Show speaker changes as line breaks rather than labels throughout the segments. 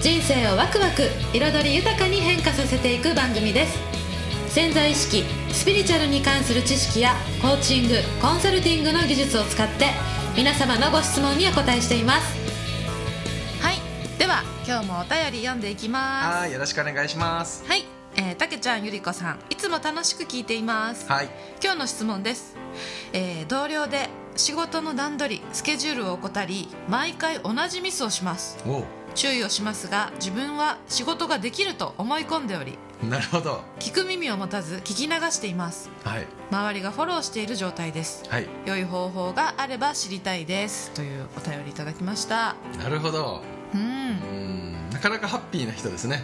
人生をワクワク彩り豊かに変化させていく番組です潜在意識スピリチュアルに関する知識やコーチングコンサルティングの技術を使って皆様のご質問にお答えしていますはいでは今日もお便り読んでいきます
はいよろしくお願いします
はい、えー、たけちゃんゆりこさんいつも楽しく聞いています
はい
今日の質問です、えー同僚で仕事の段取りスケジュールを怠り毎回同じミスをします
お
注意をしますが自分は仕事ができると思い込んでおり
うなるほど
聞く耳を持たず聞き流しています
はい
周りがフォローしている状態です
はい
良い方法があれば知りたいですというお便りいただきました
なるほど
うん
うんなかなかハッピーな人ですね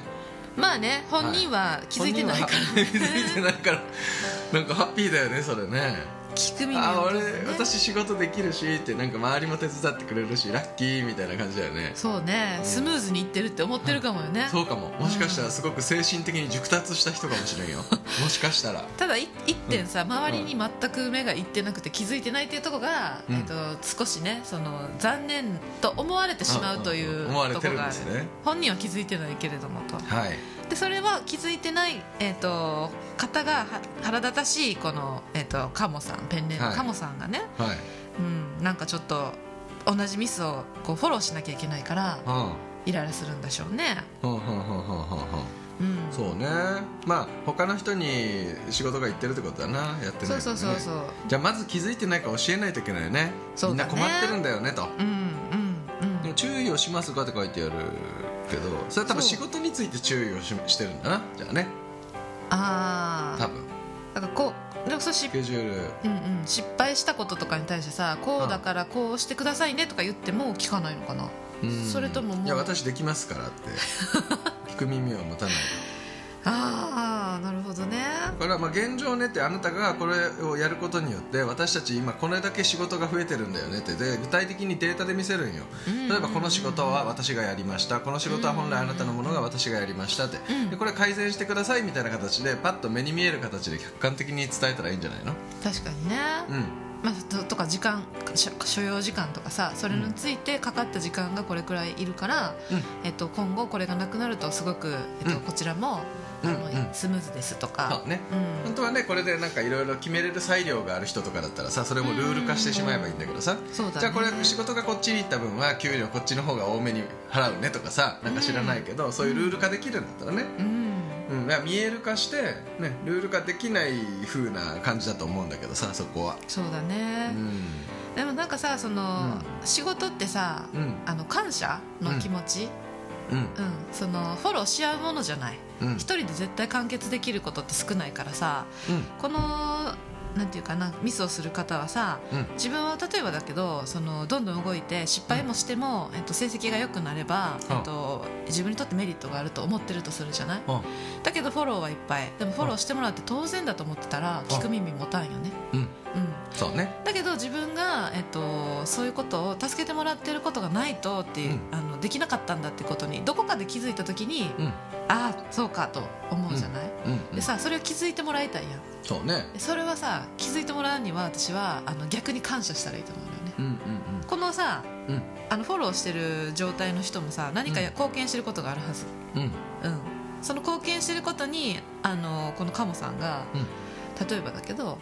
まあね本人は気づいてないから、
本人は気づいてないから なんかハッピーだよねそれね
聞く耳を
あ
持
俺
たず、ね、
私仕事できるしってなんか周りも手伝ってくれるしラッキーみたいな感じだよね
そうねスムーズにいってるって思ってるかもよね、
そうかももしかしたらすごく精神的に熟達した人かもしれんよもしかしたら
ただい一点さ、周りに全く目がいってなくて気づいてないっていうところが、
うん
えっと、少しねその残念と思われ てしまうとい
んん
うと
思
こ
わ
ろ
れてるん
があ
で
る
すね
本人は気づいてないけれどもと
はい
でそれは気づいてない、えっと方がは腹立たしいこの、えっとカモさんペンネー
は
ム
い
カモさんがね、
はい
うん、なんかちょっと同じミスをこうフォローしなきゃいけないからイライラするんでしょうね。
うんうんうんうんうんうん
うん
そうねまあ他の人に仕事が行ってるってことだなやってないからね
そうそうそうそう
じゃあまず気づいてないか教えないといけないよね
そうだね
みんな困ってるんだよねと
うんうんうん
でも注意をしますがって書いてあるけどそれは多分
そう
仕事について注意をししてるんだなじゃあね
あ
多
あ
分
なんかこうでもそう失
スケジュール
うんうん、失敗したこととかに対してさこうだからこうしてくださいねとか言っても聞かないのかな、
うん
それとももう
いや私できますからって 聞く耳を持たない
ああなるほどね
これはまあ現状ねってあなたがこれをやることによって私たち今これだけ仕事が増えてるんだよねってで具体的にデータで見せるんよ例えばこの仕事は私がやりましたこの仕事は本来あなたのものが私がやりましたって
うん
でこれ改善してくださいみたいな形でパッと目に見える形で客観的に伝えたらいいんじゃないの
確かにね、
うん
まあ、ととか時間所所要時間とかさそれについてかかった時間がこれくらいいるから、えっと、今後これがなくなるとすごく、えっと
うん
こちらも、あの
うんうん
スムーズですとか
そう、ね
うん
本当はねこれでなんかいろいろ決めれる裁量がある人とかだったらさそれもルール化してしまえばいいんだけどさ
そうだね
じゃあこれ仕事がこっちに行った分は給料こっちの方が多めに払うねとかさなんか知らないけどそういうルール化できるんだったらね
うん
うん、だから見える化して、ね、ルール化できない風な感じだと思うんだけどさそこは、
そうだ
う
ね、
ん
でもなんかさその、仕事ってさ、
うん
あの感謝の気持ち、
うん
うん、そのフォローし合うものじゃない
うん
一人で絶対完結できることって少ないからさこのなんていうかなミスをする方はさ
うん
自分は例えばだけどそのどんどん動いて失敗もしても、えっと、成績が良くなれば、
うん
えっと、自分にとってメリットがあると思ってるとするじゃないだけどフォローはいっぱいでもフォローしてもらって当然だと思ってたら聞く耳持たんよね、
うんうん
うん、
そうね
だけど自分が、えっと、そういうことを助けてもらってることがないとってい
う
う、
ん
あのできなかったんだってことにどこかで気づいた時に、
うん
ああそうかと思うじゃない、
うんう
で
ん
さそれを気づいてもらいたいやん
そうね
でそれはさ気づいてもらうには私はあの逆に感謝したらいいと思うのよね
うんうん
このさ
うんうん
あのフォローしてる状態の人もさ何か
うん
貢献してることがあるはず、
うん
うん、その貢献してることにあのこのカモさんが、例えばだけど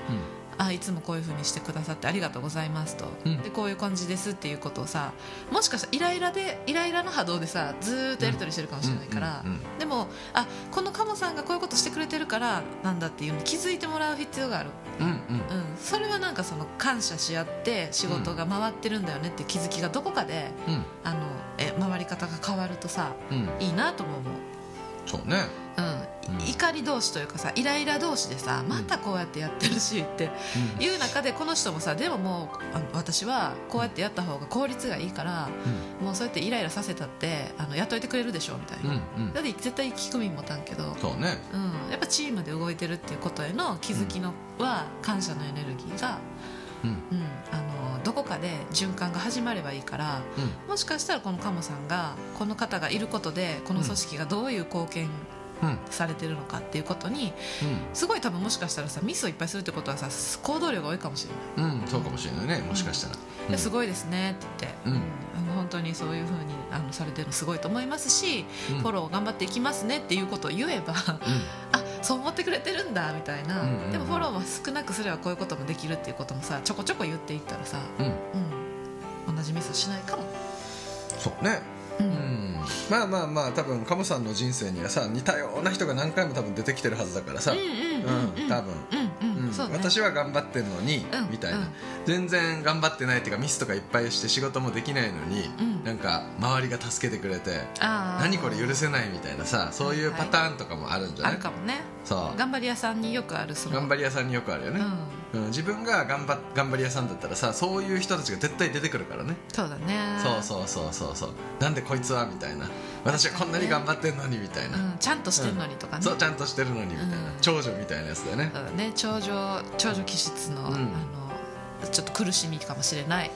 あいつもこういうふうにしてくださってありがとうございますと、
うん
でこういう感じですっていうことをさもしかしたらイライラでイライラの波動でさずーっとやり取りしてるかもしれないから、
うんうん
でもあこのカモさんがこういうことしてくれてるからなんだっていうのに気づいてもらう必要がある、
うんうん
うん、それはなんかその感謝し合って仕事が回ってるんだよねって気づきがどこかで
うん
あのえ回り方が変わるとさ
うん
いいなとも思う
そうね
うん
うん
怒り同士というかさイライラ同士でさまたこうやってやってるしって
うん
いう中でこの人もさでももうあの私はこうやってやった方が効率がいいからもうそうやってイライラさせたってあのやっといてくれるでしょみたい
うん
な、
うん
だって絶対聞く耳持たんけど、
そうね
うん、やっぱチームで動いてるっていうことへの気づきのは感謝のエネルギーが、
うん
うん、あのどこかで循環が始まればいいから
う
もしかしたらこのカモさんがこの方がいることでこの組織がどういう貢献
んうん
されてるのかっていうことにすごい多分もしかしたらさミスをいっぱいするってことはさ行動量が多いかもしれない
うんうんそうかもしれないねもしかしたら
いやすごいですねって言って、うんあの本当にそういうふうにあのされてるのすごいと思いますし、
うん
フォロー頑張っていきますねっていうことを言えば
う
あそう思ってくれてるんだみたいな、
うんうんうん
でもフォローは少なくすればこういうこともできるっていうこともさちょこちょこ言っていったらさ、
んうん
うん、同じミスしないかも、
そうね
うん
うんまあまあまあ多分カモさんの人生にはさ似たような人が何回も多分出てきてるはずだからさ
うんうんうんうん
多分
うんうん
うん
そうね
私は頑張ってるのに
うん
みたいな
うん
全然頑張ってないっていうかミスとかいっぱいして仕事もできないのに
うん
なんか周りが助けてくれて
あー
何これ許せないみたいなさそういうパターンとかもあるんじゃ
あ
な
る
い
かもね
そう
頑張り屋さんによくあるその
頑張り屋さんによくあるよ
う
ね
ん、
うん自分が頑張っ頑張り屋さんだったらさそういう人たちが絶対出てくるからね
そうだね
そうそうそうそうそうなんでこいつはみたいな私はこんなに頑張ってんのにみたいな
うん、ちゃんとしてんのにとかね、
そうちゃんとしてるのにみたいな、
うん
長女みたいなやつだよね
そうだね頂上頂上気質の,、
うん
あのちょっと苦しみかもしれない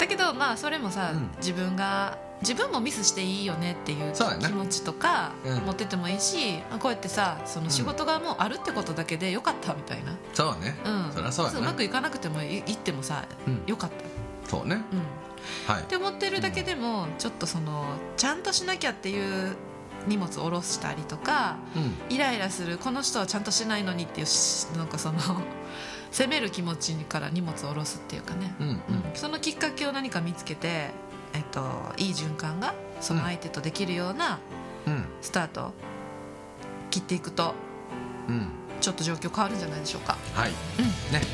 だけどまあそれもさ、
うん
自分が自分もミスしていいよねっていう
そうやな
気持ちとか
うん
持っててもいいし、まあこうやってさその仕事がもうあるってことだけでよかったみたいな、
そうね、
うん
そりゃそうや
うま
な
くいかなくてもいいってもさ、
うん
よかった、
そうね
うん、っ
はい
て思ってるだけでもちょっとそのちゃんとしなきゃっていう荷物を下ろしたりとか
うん
イライラするこの人はちゃんとしないのにっていうしなんかその 責める気持ちから荷物を下ろすっていうかね、
うんうん
そのきっかけを何か見つけて、えっと、いい循環がその相手とできるような
うん
スタートを切っていくと
うん
ちょっと状況変わるんじゃないでしょうか。
はい、
うん
ね